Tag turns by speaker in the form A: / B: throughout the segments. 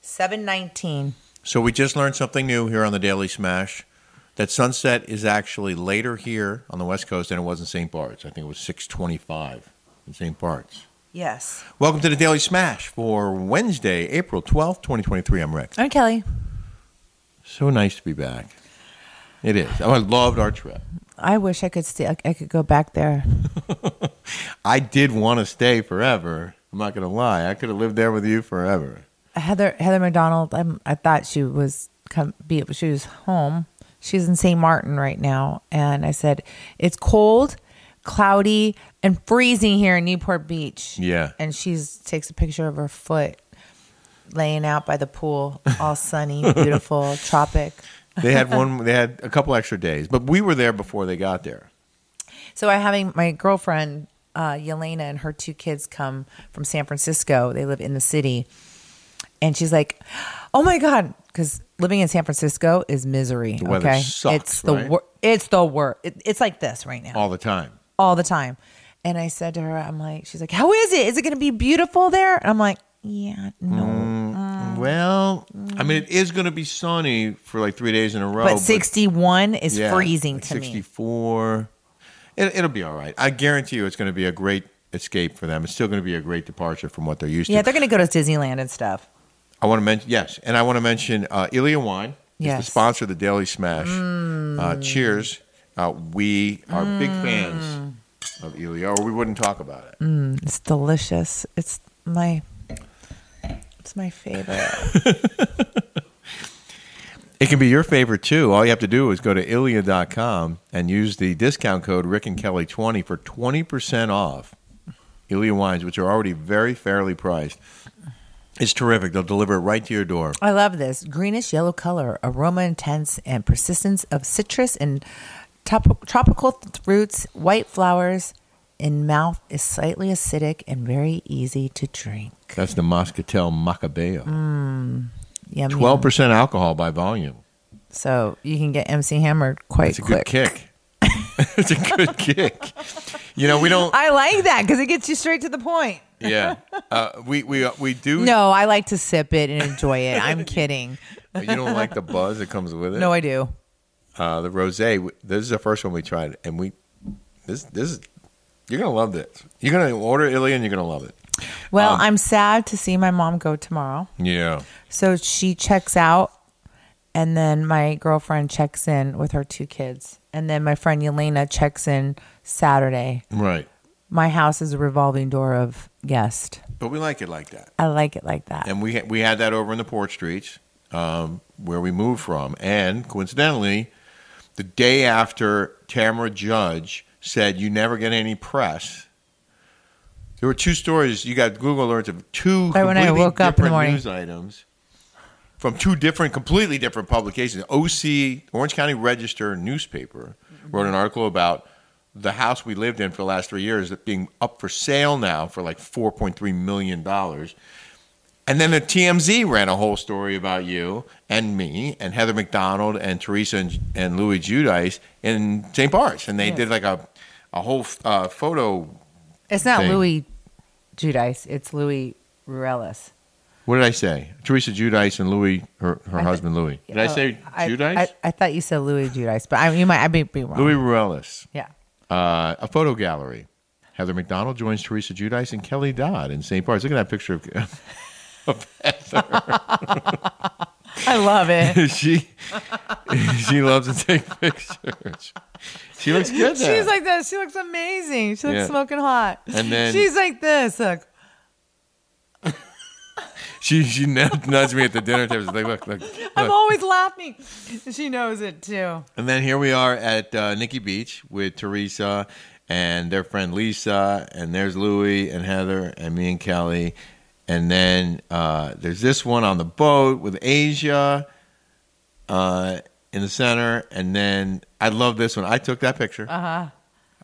A: Seven nineteen.
B: So we just learned something new here on the Daily Smash. That sunset is actually later here on the West Coast than it was in St. Bart's. I think it was 625 in St. Bart's.
A: Yes.
B: Welcome to the Daily Smash for Wednesday, April 12th, 2023. I'm Rick.
A: I'm Kelly.
B: So nice to be back. It is. Oh, I loved our trip.
A: I wish I could stay. I, I could go back there.
B: I did want to stay forever. I'm not going to lie. I could have lived there with you forever.
A: Heather Heather McDonald. I'm, I thought she was come be she was home. She's in St. Martin right now, and I said it's cold, cloudy, and freezing here in Newport Beach.
B: Yeah.
A: and she's takes a picture of her foot laying out by the pool, all sunny, beautiful, tropic.
B: They had one. They had a couple extra days, but we were there before they got there.
A: So I'm having my girlfriend uh, Yelena and her two kids come from San Francisco. They live in the city, and she's like, "Oh my god!" Because living in San Francisco is misery.
B: The weather
A: okay,
B: sucks,
A: it's the
B: right?
A: wor- it's the worst. It, it's like this right now
B: all the time.
A: all the time. And I said to her, "I'm like," she's like, "How is it? Is it going to be beautiful there?" And I'm like, "Yeah, no."
B: Mm, Well, I mean, it is going to be sunny for like three days in a row.
A: but 61 is
B: yeah,
A: freezing
B: like
A: to me.
B: 64. It, it'll be all right. I guarantee you it's going to be a great escape for them. It's still going to be a great departure from what they're used
A: Yeah,
B: to.
A: they're going to go to Disneyland and stuff.
B: I want to mention, yes. And I want to mention uh, Ilia Wine is
A: Yes. Mm.
B: the sponsor of the Daily Smash. Uh, cheers. Uh, we are big fans of Ilia, or we wouldn't talk about it.
A: It's delicious. It's my it's my favorite.
B: It can be your favorite too. All you have to do is go to ilia.com and use the discount code Rick and Kelly 20 for 20% off Ilia wines, which are already very fairly priced. It's terrific. They'll deliver it right to your door.
A: I love this greenish yellow color, aroma intense, and persistence of citrus and top- tropical th- fruits, white flowers. In mouth is slightly acidic and very easy to drink.
B: That's the Moscatel Macabeo.
A: Yum, yum.
B: 12% alcohol by volume.
A: So you can get MC hammered quite
B: It's a
A: quick.
B: good kick. it's a good kick. You know, we don't,
A: I like that because it gets you straight to the point.
B: yeah. Uh, we, we, we do.
A: No, I like to sip it and enjoy it. I'm kidding.
B: You don't like the buzz that comes with it?
A: No, I do.
B: uh, the rosé. w- This is the first one we tried, and we this this is you're gonna love this. You're gonna order Illy, and you're gonna love it.
A: Well, I'm sad to see my mom go tomorrow.
B: Yeah,
A: So she checks out, and then my girlfriend checks in with her two kids. And then my friend Yelena checks in Saturday.
B: right.
A: My house is a revolving door of guests.
B: But we like it like that,
A: I like it like that.
B: and we ha- we had that over in the Port Streets, um, where we moved from, and coincidentally, the day after Tamara Judge said, "You never get any press." There were two stories. You got Google alerts of two
A: Right when I
B: completely
A: woke up in the
B: different
A: morning.
B: news items from two different, completely different publications. OC Orange County Register newspaper wrote an article about the house we lived in for the last three years being up for sale now for like four point three million dollars. And then the TMZ ran a whole story about you and me and Heather McDonald and Teresa and, and Louis Judice in St. Bart's, and they did like a a whole uh, photo.
A: It's not
B: Thing.
A: Louis Judice, it's Louis Ruelas.
B: What did I say? Teresa Judice and Louis, her, her husband Louis. Did I
A: Oh,
B: say Judice?
A: I, I thought you said Louis Judice, but I, you might I may be wrong.
B: Louis Ruelas.
A: Yeah.
B: uh, a photo gallery. Heather McDonald joins Teresa Judice and Kelly Dodd in St. Bart's. Look at that picture of, of Heather.
A: I love it.
B: she she loves to take pictures. She looks good there.
A: She's like this. She looks amazing. She looks
B: Yeah.
A: smoking hot.
B: And then-
A: she's like this. Look.
B: she she nudged nudged me at the dinner table. She's like, look, look, look.
A: I'm always laughing. She knows it too.
B: And then here we are at uh, Nikki Beach with Teresa and their friend Lisa, and there's Louie and Heather and me and Kelly. And then uh, there's this one on the boat with Asia uh, in the center. And then I love this one. I took that picture. Uh
A: Uh-huh.
B: huh.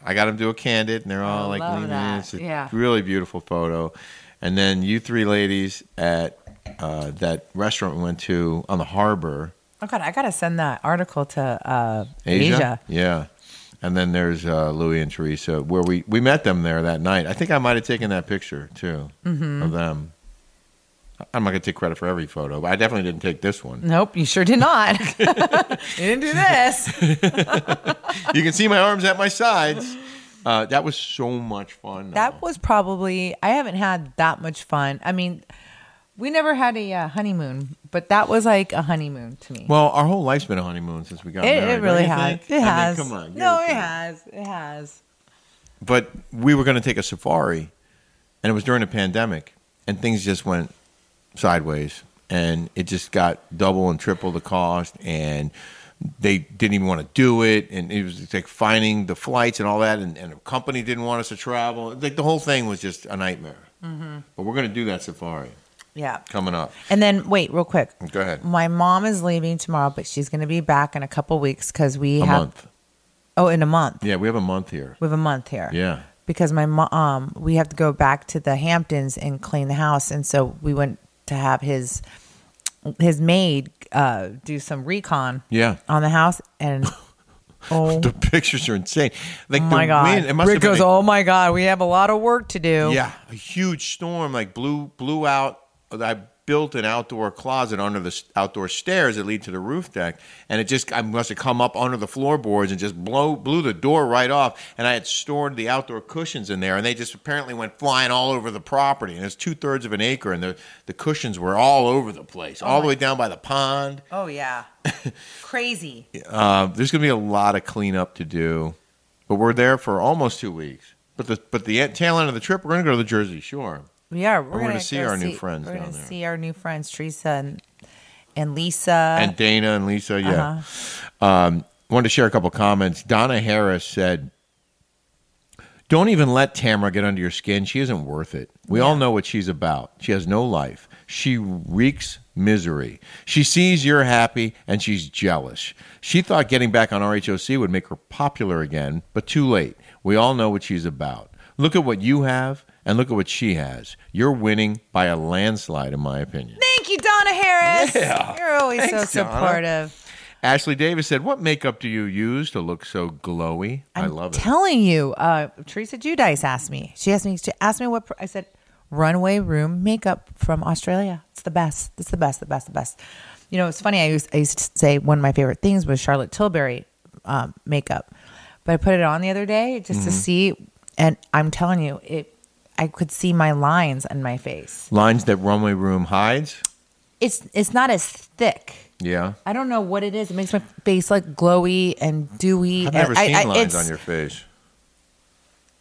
B: I got them to a candid, and they're all
A: I
B: like
A: love
B: leaning.
A: that.
B: in. It's a
A: Yeah.
B: really beautiful photo. And then you three ladies at uh, that restaurant we went to on the harbor.
A: Oh God, I gotta send that article to uh, Asia.
B: Asia? Yeah. And then there's uh, Louis and Teresa, where we,
A: Mm-hmm.
B: we met them there that night. I think I might have taken that picture too of them. I'm not going to take credit for every photo, but I definitely didn't take this one.
A: Nope, you sure did not. you didn't do this.
B: you can see my arms at my sides. Uh, that was so much fun. though.
A: That was probably, I haven't had that much fun. I mean, we never had a uh, honeymoon, but that was like a honeymoon to me.
B: well, our whole life's been a honeymoon since we got
A: it,
B: married.
A: it
B: don't
A: really
B: you
A: has.
B: think? I
A: It
B: mean,
A: has.
B: come on. give
A: no,
B: it
A: it
B: to me.
A: has. It has.
B: But we were going to take a safari, and it was during the pandemic, and things just went sideways, and it just got double and triple the cost, and they didn't even want to do it, and it was like finding the flights and all that, and, and the company didn't want us to travel. Like the whole thing was just a nightmare.
A: Mm-hmm.
B: But we're going to do that safari
A: Yeah.
B: coming up.
A: And then wait, real quick.
B: Go ahead.
A: My mom is leaving tomorrow, but she's going to be back in a couple weeks because we
B: A
A: have.
B: month.
A: Oh, in a month.
B: Yeah, we have a month here.
A: We have a month here.
B: Yeah.
A: Because my mom, um, we have to go back to the Hamptons and clean the house, and so we went to have his his maid uh, do some recon
B: Yeah.
A: on the house, and oh
B: The pictures are insane. Like
A: my
B: the
A: god,
B: wind, it must
A: Rick
B: have been
A: goes,
B: a-
A: oh my god, we have a lot of work to do.
B: Yeah, a huge storm like blew blew out. I built an outdoor closet under the s- outdoor stairs that lead to the roof deck, and it just I must have come up under the floorboards and just blow blew the door right off. And I had stored the outdoor cushions in there, and they just apparently went flying all over the property. And it's two thirds of an acre, and the the cushions were all over the place, all the way down by the pond.
A: Oh yeah, crazy.
B: Uh, there's going to be a lot of cleanup to do, but we're there for almost two weeks. But the but the tail end of the trip, we're going to go to the Jersey Shore.
A: We are. We're,
B: gonna
A: gonna
B: see
A: go
B: our new friends
A: We're
B: down
A: gonna
B: there.
A: see our new friends, Teresa and and Lisa.
B: and Dana and Lisa. Yeah, um, wanted to share a couple comments. Donna Harris said, "Don't even let Tamara get under your skin. She isn't worth it. We all know what she's about. She has no life. She reeks misery. She sees you're happy and she's jealous. She thought getting back on RHOC would make her popular again, but too late. We all know what she's about. Look at what you have." And look at what she has. You're winning by a landslide, in my opinion.
A: Thank you, Donna Harris. You're always
B: Thanks,
A: so
B: Donna.
A: supportive.
B: Ashley Davis said, "What makeup do you use to look so glowy?" i
A: I'm
B: love it.
A: telling you, uh, Teresa Judice asked me. She asked me. She asked me what pr- I said. Runway room makeup from Australia. It's the best. It's the best. The best. The best. You know, it's funny. I used I used to say one of my favorite things was Charlotte Tilbury um, makeup, but I put it on the other day just
B: Mm-hmm.
A: to see. And I'm telling you, it. I could see my lines on my face.
B: Lines that runway room hides.
A: It's it's not as thick.
B: Yeah,
A: I don't know what it is. It makes my face like glowy and dewy. and
B: I've never
A: I-
B: seen
A: I-
B: lines
A: it's-
B: on your face.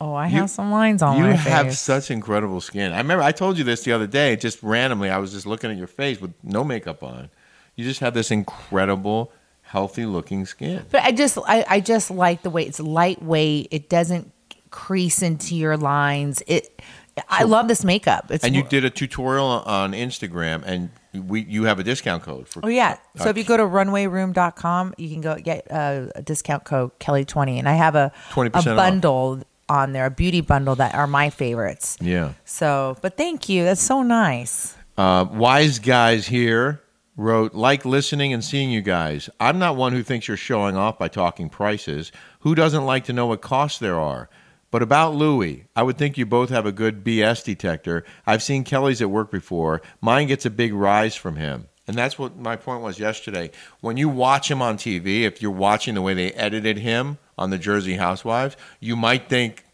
A: Oh, I
B: You-
A: have some lines on
B: You
A: my
B: have
A: face.
B: such incredible skin. I remember I told you this the other day, just randomly. I was just looking at your face with no makeup on. You just have this incredible, healthy-looking skin.
A: but I just, I, I just like the way it's lightweight. It doesn't crease into your lines. It, I love this makeup. It's
B: And you did a tutorial on Instagram, and we you have a discount code for.
A: Oh yeah. So if you go to runwayroom.com, you can go get uh, a discount code Kelly twenty, and I have a
B: 20%
A: a
B: off.
A: bundle on there, a beauty bundle that are my favorites.
B: Yeah.
A: So, but thank you. That's so nice.
B: Uh, wise guys here wrote like listening and seeing you guys i'm not one who thinks you're showing off by talking prices who doesn't like to know what costs there are but about louis i would think you both have a good bs detector i've seen kelly's at work before mine gets a big rise from him and that's what my point was yesterday when you watch him on tv if you're watching the way they edited him on the jersey housewives you might think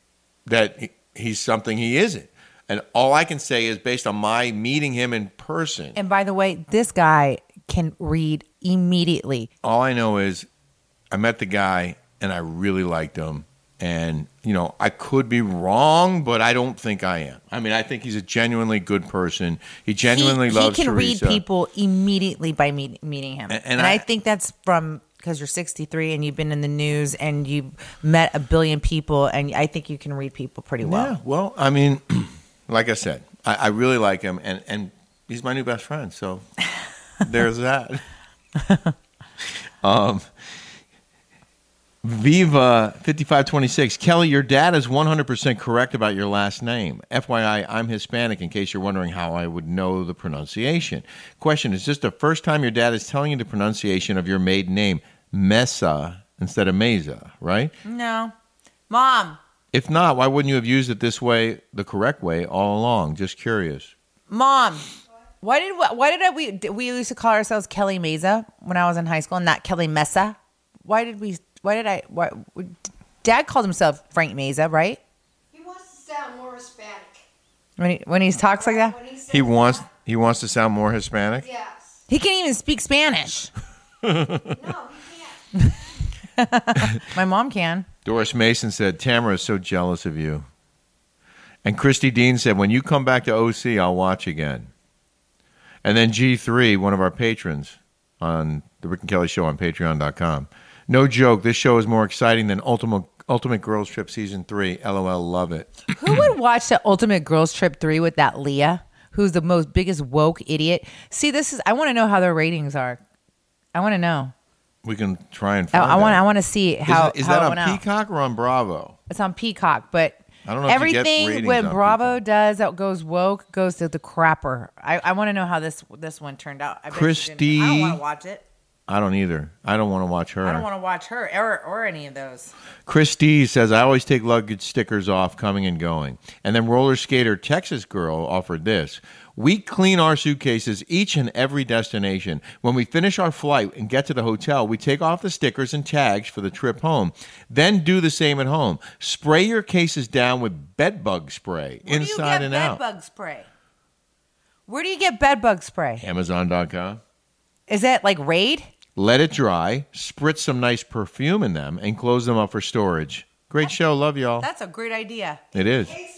B: that he- he's something he isn't. And all I can say is based on my meeting him in person,
A: And by the way, this guy can read immediately.
B: all I know is I met the guy and I really liked him. And, you know, I could be wrong, but I don't think I am. I mean, I think he's a genuinely good person. He genuinely
A: he,
B: loves
A: he can
B: Teresa.
A: read people immediately by meet, meeting him
B: And-
A: and,
B: and
A: I,
B: I-
A: think that's from because you're 63 and you've been in the news and you've met a billion people and i think you can read people pretty
B: Yeah,
A: well
B: well, I mean, like I said, I, I really like him, and, and he's my new best friend. So there's that. um, Viva fifty five twenty six Kelly, your dad is one hundred percent correct about your last name. FYI, I'm Hispanic. In case you're wondering how I would know the pronunciation. Question: Is this the first time your dad is telling you the pronunciation of your maiden name, Mesa, instead of Mesa? Right?
A: no mom
B: If not, why wouldn't you have used it this way, the correct way, all along? Just curious.
A: mom Why did why did I, we did we used to call ourselves Kelly Mesa when I was in high school, and not Kelly Mesa? Why did we? Why did I? Why, Dad called himself Frank Meza, right?
C: He wants to sound more Hispanic.
A: When he when he talks like that,
C: When he, says
B: He wants he wants to sound more Hispanic.
C: Yes.
A: he can't even speak Spanish.
C: No, he can't.
A: My mom can.
B: Doris Mason said, Tamara is so jealous of you. And Christy Dean said, when you come back to OC, I'll watch again. And then G3, one of our patrons on the Rick and Kelly show on patreon.com. No joke, this show is more exciting than Ultimate, Ultimate Girls Trip Season 3. LOL, love it.
A: Who would watch the Ultimate Girls Trip 3 with that Leah, who's the most biggest woke idiot? See, this is I want to know how their ratings are. I want to know.
B: We can try and
A: I-
B: find
A: Oh, I want I
B: out.
A: want to see how
B: Is, is
A: how it
B: that
A: went
B: on
A: out.
B: Peacock or on Bravo?
A: It's on Peacock, but
B: I don't know if you get
A: everything
B: ratings
A: when
B: on
A: Bravo does that goes woke goes to the crapper. I, I want to know how this this one turned out. I bet you didn't- I don't
B: Christy-
A: want to watch it.
B: I don't either. I don't want to watch her.
A: I don't want to watch her or or any of those.
B: Christie says, I always take luggage stickers off coming and going. And then roller skater Texas Girl offered this. We clean our suitcases each and every destination. When we finish our flight and get to the hotel, we take off the stickers and tags for the trip home. Then do the same at home. Spray your cases down with bed bug spray
A: Where do you
B: inside
A: get
B: and
A: bed
B: out.
A: bug spray? Where do you get bed bug spray?
B: Amazon.com.
A: Is it like Raid?
B: Let it dry, spritz some nice perfume in them, and close them up for storage. Great show. Love y'all.
A: That's a great idea.
B: It is.
C: Basement.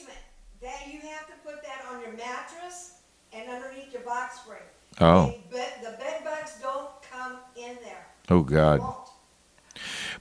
C: That you have to put that on your mattress and underneath your box spring.
B: Oh.
C: The bed, the bed bugs don't come in there.
B: Oh, God.
C: Won't.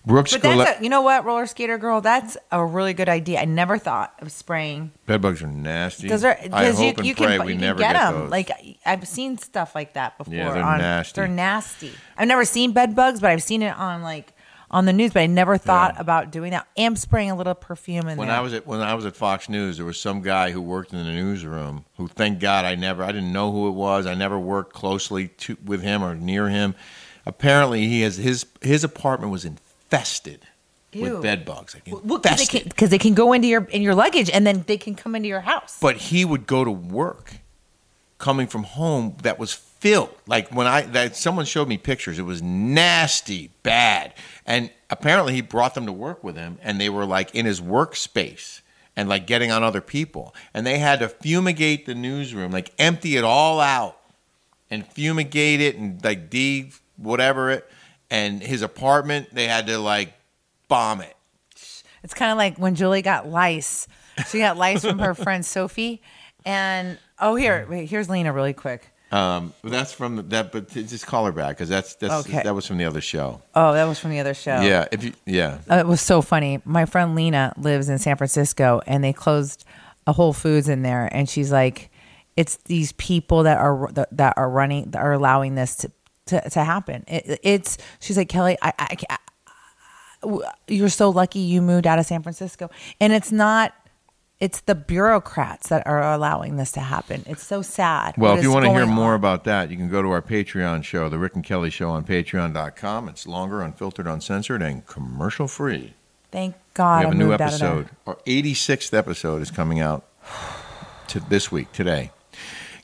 B: Brooks
A: But
B: Gillette-
A: that's a, you know what, roller skater girl, that's a really good idea. I never thought of spraying
B: Bed bugs are nasty.
A: because
B: I
A: you,
B: hope and
A: you
B: pray
A: can
B: we
A: you
B: never
A: can get, them.
B: those.
A: Like I- I've seen stuff like that before.
B: Yeah, they're
A: on,
B: nasty.
A: They're nasty. I've never seen bed bugs, but I've seen it on like on the news. But I never thought
B: Yeah.
A: about doing that. Am spraying a little perfume in
B: when
A: there.
B: I was at when I was at Fox News, there was some guy who worked in the newsroom who, thank God, I never I didn't know who it was. I never worked closely to, with him or near him. Apparently, he has his his apartment was infested
A: Ew.
B: with bed bugs. Like
A: because they,
B: infested.
A: can, 'cause they can go into your in your luggage and then they can come into your house.
B: but he would go to work coming from home that was filled like when i that someone showed me pictures it was nasty bad and apparently he brought them to work with him and they were like in his workspace and like getting on other people and they had to fumigate the newsroom like empty it all out and fumigate it and like de whatever it and his apartment they had to like bomb it
A: It's kind of like when Julie got lice. She got lice from her friend Sophie. And oh, here, wait, here's Lena really quick.
B: um that's from the, that but just call her back because that's that's
A: Okay.
B: that was from the other show
A: Oh, that was from the other show.
B: Yeah, if you, yeah.
A: Uh, it was so funny. My friend Lena lives in San Francisco, and they closed a Whole Foods in there, and she's like, "It's these people that are that are running that are allowing this to to, to happen." It, it's she's like Kelly, I, I, I- you're so lucky you moved out of San Francisco, and it's not. It's the bureaucrats that are allowing this to happen. It's so sad.
B: Well,
A: what
B: if you
A: is
B: want to hear
A: going
B: more
A: on.
B: about that, you can go to our Patreon show, The Rick and Kelly Show on patreon.com. It's longer, unfiltered, uncensored, and commercial free.
A: thank
B: We
A: God,
B: have
A: I
B: a new
A: moved out of there.
B: episode. Our 86th episode is coming out to this week, today.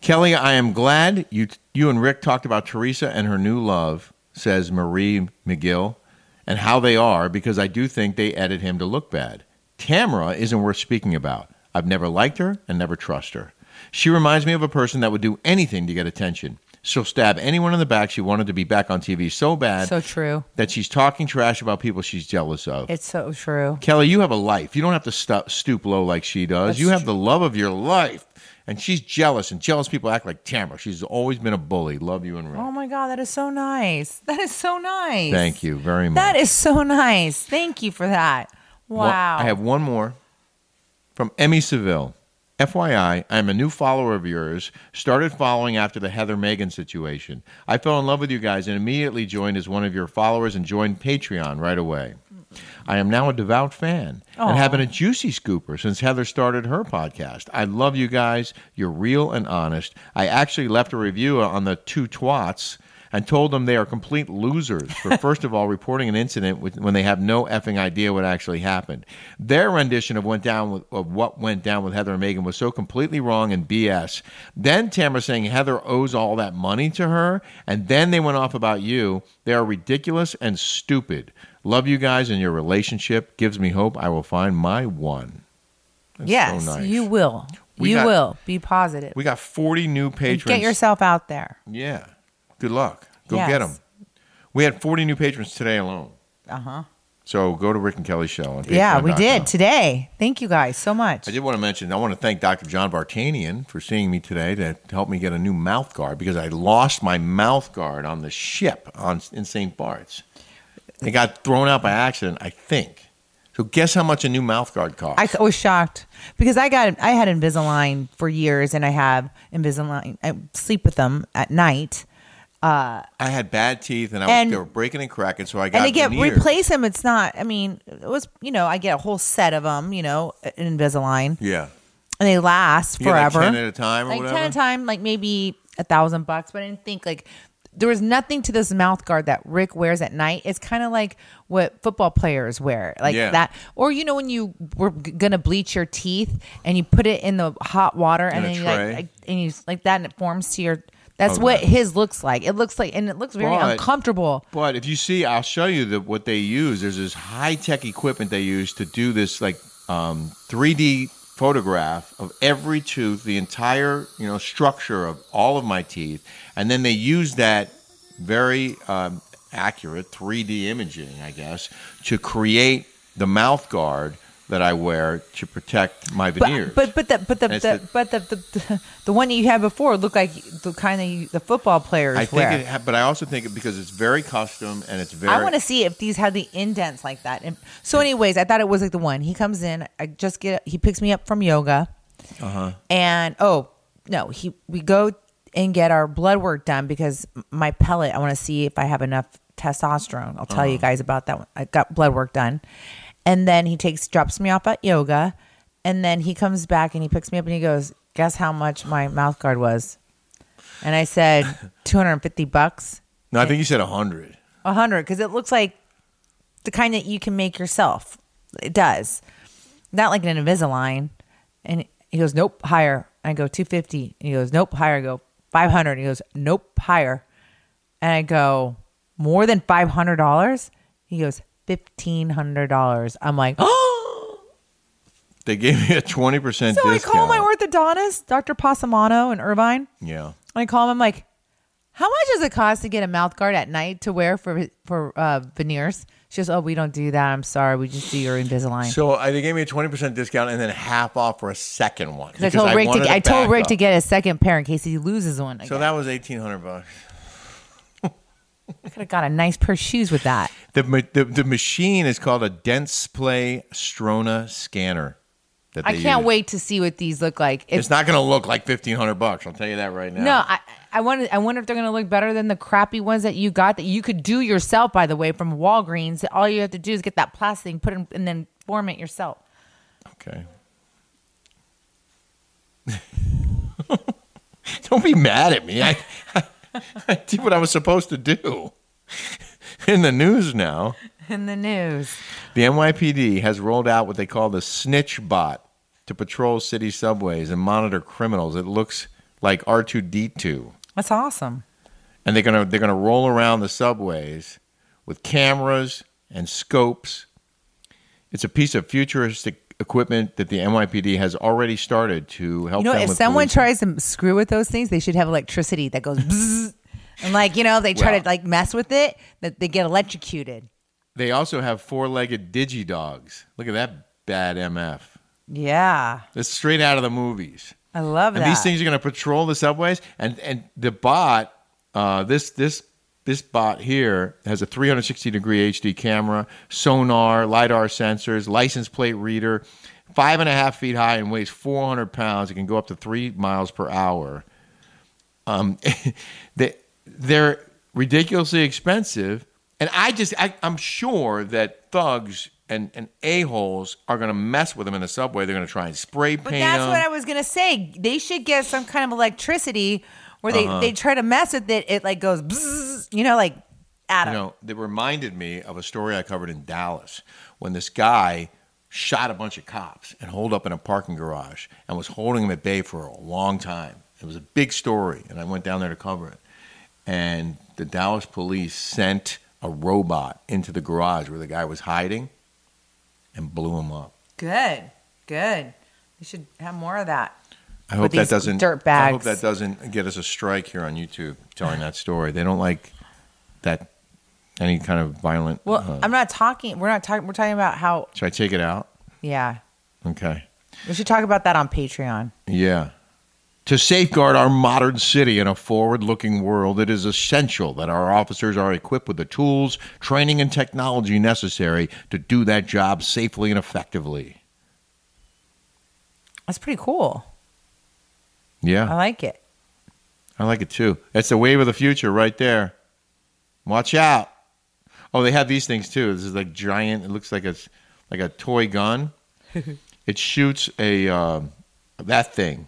B: Kelly, I am glad you, you and Rick talked about Teresa and her new love, says Marie McGill, and how they are, because I do think they edit him to look bad. Tamara isn't worth speaking about. I've never liked her and never trust her. She reminds me of a person that would do anything to get attention. She'll stab anyone in the back. She wanted to be back on TV so bad
A: So true.
B: that she's talking trash about people she's jealous of.
A: It's so true.
B: Kelly, you have a life. You don't have to stu- stoop low like she does.
A: That's
B: you have
A: true.
B: the love of your life. And she's jealous, and jealous people act like Tamara. She's always been a bully. Love you and Rick.
A: Oh my God, that is so nice. That is so nice.
B: Thank you very much.
A: That is so nice. Thank you for that.
B: One-
A: Wow.
B: I have one more from Emmy Seville. FYI, I am a new follower of yours. Started following after the Heather Megan situation. I fell in love with you guys and immediately joined as one of your followers and joined Patreon right away. I am now a devout fan
A: Aw.
B: and have been a juicy scooper since Heather started her podcast. I love you guys. You're real and honest. I actually left a review on the two twats and told them they are complete losers for, first of all, reporting an incident with, when they have no effing idea what actually happened. Their rendition of, went down with, of what went down with Heather and Megan was so completely wrong and BS. Then Tamara saying Heather owes all that money to her, and then they went off about you. They are ridiculous and stupid. Love you guys and your relationship gives me hope I will find my one. That's
A: yes,
B: so nice.
A: you will.
B: We
A: you
B: got-
A: will be positive.
B: We got 40 new
A: And
B: patrons.
A: Get yourself out there.
B: Yeah. Good luck. Go get 'em. get
A: Yes.
B: them. We had 40 new patrons today alone.
A: Uh huh.
B: So go to Rick and Kelly show. On
A: Yeah, we
B: patreon.com.
A: did today. Thank you guys so much.
B: I did want to mention, I want to thank Dr. John Bartanian for seeing me today to help me get a new mouth guard because I lost my mouth guard on the ship on, in St. Bart's. It got thrown out by accident, I think. So guess how much a new mouth guard costs?
A: I was shocked because I got I had Invisalign for years, and I have Invisalign. I sleep with them at night,
B: I had bad teeth and I was,
A: And-
B: they were breaking and cracking, so I got
A: and to get
B: veneers.
A: replace them, it's not. I mean, it was you know I get a whole set of them, you know, in Invisalign,
B: Yeah,
A: and they last
B: you get like
A: forever.
B: 10 at a time or
A: like
B: whatever.
A: ten at a time, like maybe a thousand bucks. But I didn't think like there was nothing to this mouth guard that Rick wears at night. It's kind of like what football players wear, like
B: Yeah.
A: that. Or you know when you were g- gonna bleach your teeth and you put it in the hot water and
B: In a
A: then you
B: tray.
A: like, like and you s- like that and it forms to your. That's
B: Oh,
A: what
B: no.
A: his looks like. It looks like and it looks very
B: But-
A: uncomfortable.
B: But if you see, I'll show you the, what they use. There's this high tech equipment they use to do this like um, 3D photograph of every tooth, the entire you know structure of all of my teeth, and then they use that very um, accurate 3D imaging, I guess, to create the mouth guard that I wear to protect my veneers.
A: But but but the but the,
B: And it's
A: the
B: the-
A: but the, the the one that you had before looked like the kind that you, the football players
B: I think,
A: wear.
B: it, ha- but I also think it because it's very custom and it's very.
A: I want to see if these had the indents like that. And so, anyways, I thought it was like the one. He comes in. I just get. He picks me up from yoga. And oh no, he we go and get our blood work done because my pellet. I want to see if I have enough testosterone. I'll tell you guys about that. One. I got blood work done, and then he takes drops me off at yoga, and then he comes back and he picks me up and he goes, "Guess how much my mouth guard was?" And I said, 250 bucks
B: no, I think you said hundred.
A: a hundred because it looks like the kind that you can make yourself. It does, not like an Invisalign. And he goes, nope, higher. I go two fifty. He goes, nope, higher. I go five hundred. He goes, nope, higher. And I go, more than five hundred dollars. He goes, fifteen hundred dollars. I'm like, oh.
B: They gave me a twenty percent.
A: So I
B: discount.
A: call my orthodontist, Dr. Passamano in Irvine.
B: Yeah.
A: I call him. I'm like, how much does it cost to get a mouth guard at night to wear for for uh, veneers? She goes, oh, we don't do that. I'm sorry, we just do your Invisalign.
B: So I, they gave me a twenty percent discount and then half off for a second one.
A: Because I
B: because
A: told Rick to
B: wanted
A: get, I told
B: back
A: Rick to
B: up.
A: get a second pair in case he loses one. Again.
B: So that was eighteen hundred bucks.
A: I could have got a nice pair of shoes with that.
B: The, ma- the the machine is called a Densplay Strona scanner. That
A: I
B: they
A: can't
B: use.
A: wait to see what these look like. If,
B: It's not going to look like fifteen hundred bucks. I'll tell you that right now.
A: no, I I wonder I wonder if they're gonna look better than the crappy ones that you got that you could do yourself. By the way, from Walgreens, all you have to do is get that plastic and put it in, and then form it yourself.
B: Okay. Don't be mad at me. I, I, I did what I was supposed to do. In the news now.
A: In the news,
B: The NYPD has rolled out what they call the snitch bot to patrol city subways and monitor criminals. It looks like R2D2.
A: that's awesome.
B: And they're going to they're going to roll around the subways with cameras and scopes. It's a piece of futuristic equipment that the NYPD has already started to help
A: You know,
B: them
A: if
B: with
A: someone
B: policing.
A: tries to screw with those things, they should have electricity that goes bzzz. and like you know, if they try
B: Well-
A: to like mess with it, that they get electrocuted.
B: They also have four-legged digi dogs. Look at that bad MF.
A: Yeah,
B: That's straight out of the movies.
A: I love
B: and
A: that.
B: these things are going to patrol the subways and and the bot uh, this this this bot here has a 360 degree HD camera, sonar, lidar sensors, license plate reader, five and a half feet high and weighs 400 pounds. It can go up to three miles per hour. Um, they, they're ridiculously expensive And I just, I, I'm sure that thugs and, and a-holes are going to mess with them in the subway. They're going to try and spray paint
A: But that's
B: them.
A: what I was gonna say. They should get some kind of electricity where
B: Uh-huh.
A: they, they try to mess with it. It like goes, bzzz, you know, like at
B: you
A: 'em.
B: know, that reminded me of a story I covered in Dallas when this guy shot a bunch of cops and holed up in a parking garage and was holding them at bay for a long time. It was a big story, and I went down there to cover it. And the Dallas police sent a robot into the garage where the guy was hiding and blew him up.
A: Good, good. We should have more of that.
B: I
A: With
B: hope that
A: these
B: doesn't.
A: dirt
B: I
A: bags.
B: hope that doesn't get us a strike here on YouTube telling that story. They don't like that any kind of violent.
A: Well,
B: uh,
A: I'm not talking. We're not talking. We're talking about how.
B: should I take it out?
A: Yeah,
B: Okay.
A: we should talk about that on Patreon.
B: Yeah. To safeguard our modern city in a forward looking world, it is essential that our officers are equipped with the tools, training, and technology necessary to do that job safely and effectively.
A: That's pretty cool. I
B: Yeah,
A: like it.
B: I like it too. That's the wave of the future right there. Watch out. Oh, they have these things too. This is like giant, it looks like a, like a toy gun. it shoots a, um, that thing.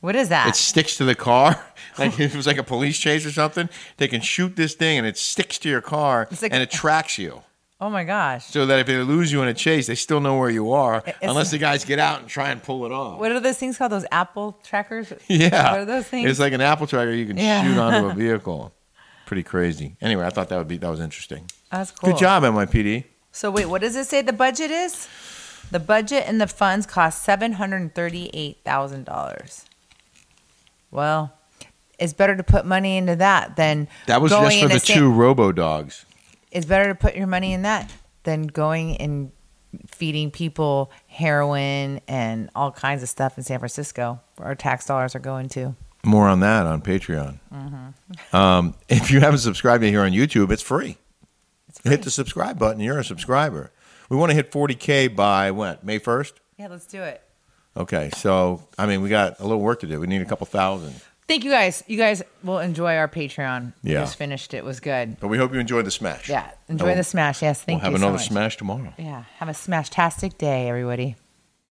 A: What is that?
B: it sticks to the car. Like if it was like a police chase or something, they can shoot this thing and it sticks to your car
A: It's like-
B: and it tracks you.
A: oh my gosh!
B: So that if they lose you in a chase, they still know where you are
A: It's-
B: unless the guys get out and try and pull it off.
A: What are those things called? Those Apple trackers?
B: yeah.
A: What are those things?
B: It's like an apple tracker you can
A: Yeah.
B: shoot onto a vehicle. Pretty crazy. Anyway, I thought that would be that was interesting.
A: That's cool.
B: Good job, NYPD.
A: So wait, what does it say the budget is? The budget and the funds cost seven hundred and thirty-eight thousand dollars. Well, it's better to put money into that than
B: That was
A: going
B: just for
A: into
B: the
A: San-
B: two robo dogs.
A: It's better to put your money in that than going and feeding people heroin and all kinds of stuff in San Francisco, where our tax dollars are going to.
B: More on that on Patreon.
A: Mm-hmm.
B: Um, if you haven't subscribed to here on YouTube, it's free.
A: It's
B: Hit the subscribe button. You're a subscriber. We want to hit 40K by when? May 1st?
A: yeah, let's do it.
B: Okay. So, I mean, we got a little work to do. We need a couple thousand.
A: Thank you guys. You guys will enjoy our Patreon. We
B: Yeah.
A: just finished it. It was good.
B: But we hope you enjoyed the smash.
A: Yeah, enjoy
B: We'll-
A: the smash. Yes, thank
B: Oh. we'll have
A: you. so
B: another
A: much.
B: smash tomorrow.
A: Yeah, have a smashtastic day, everybody.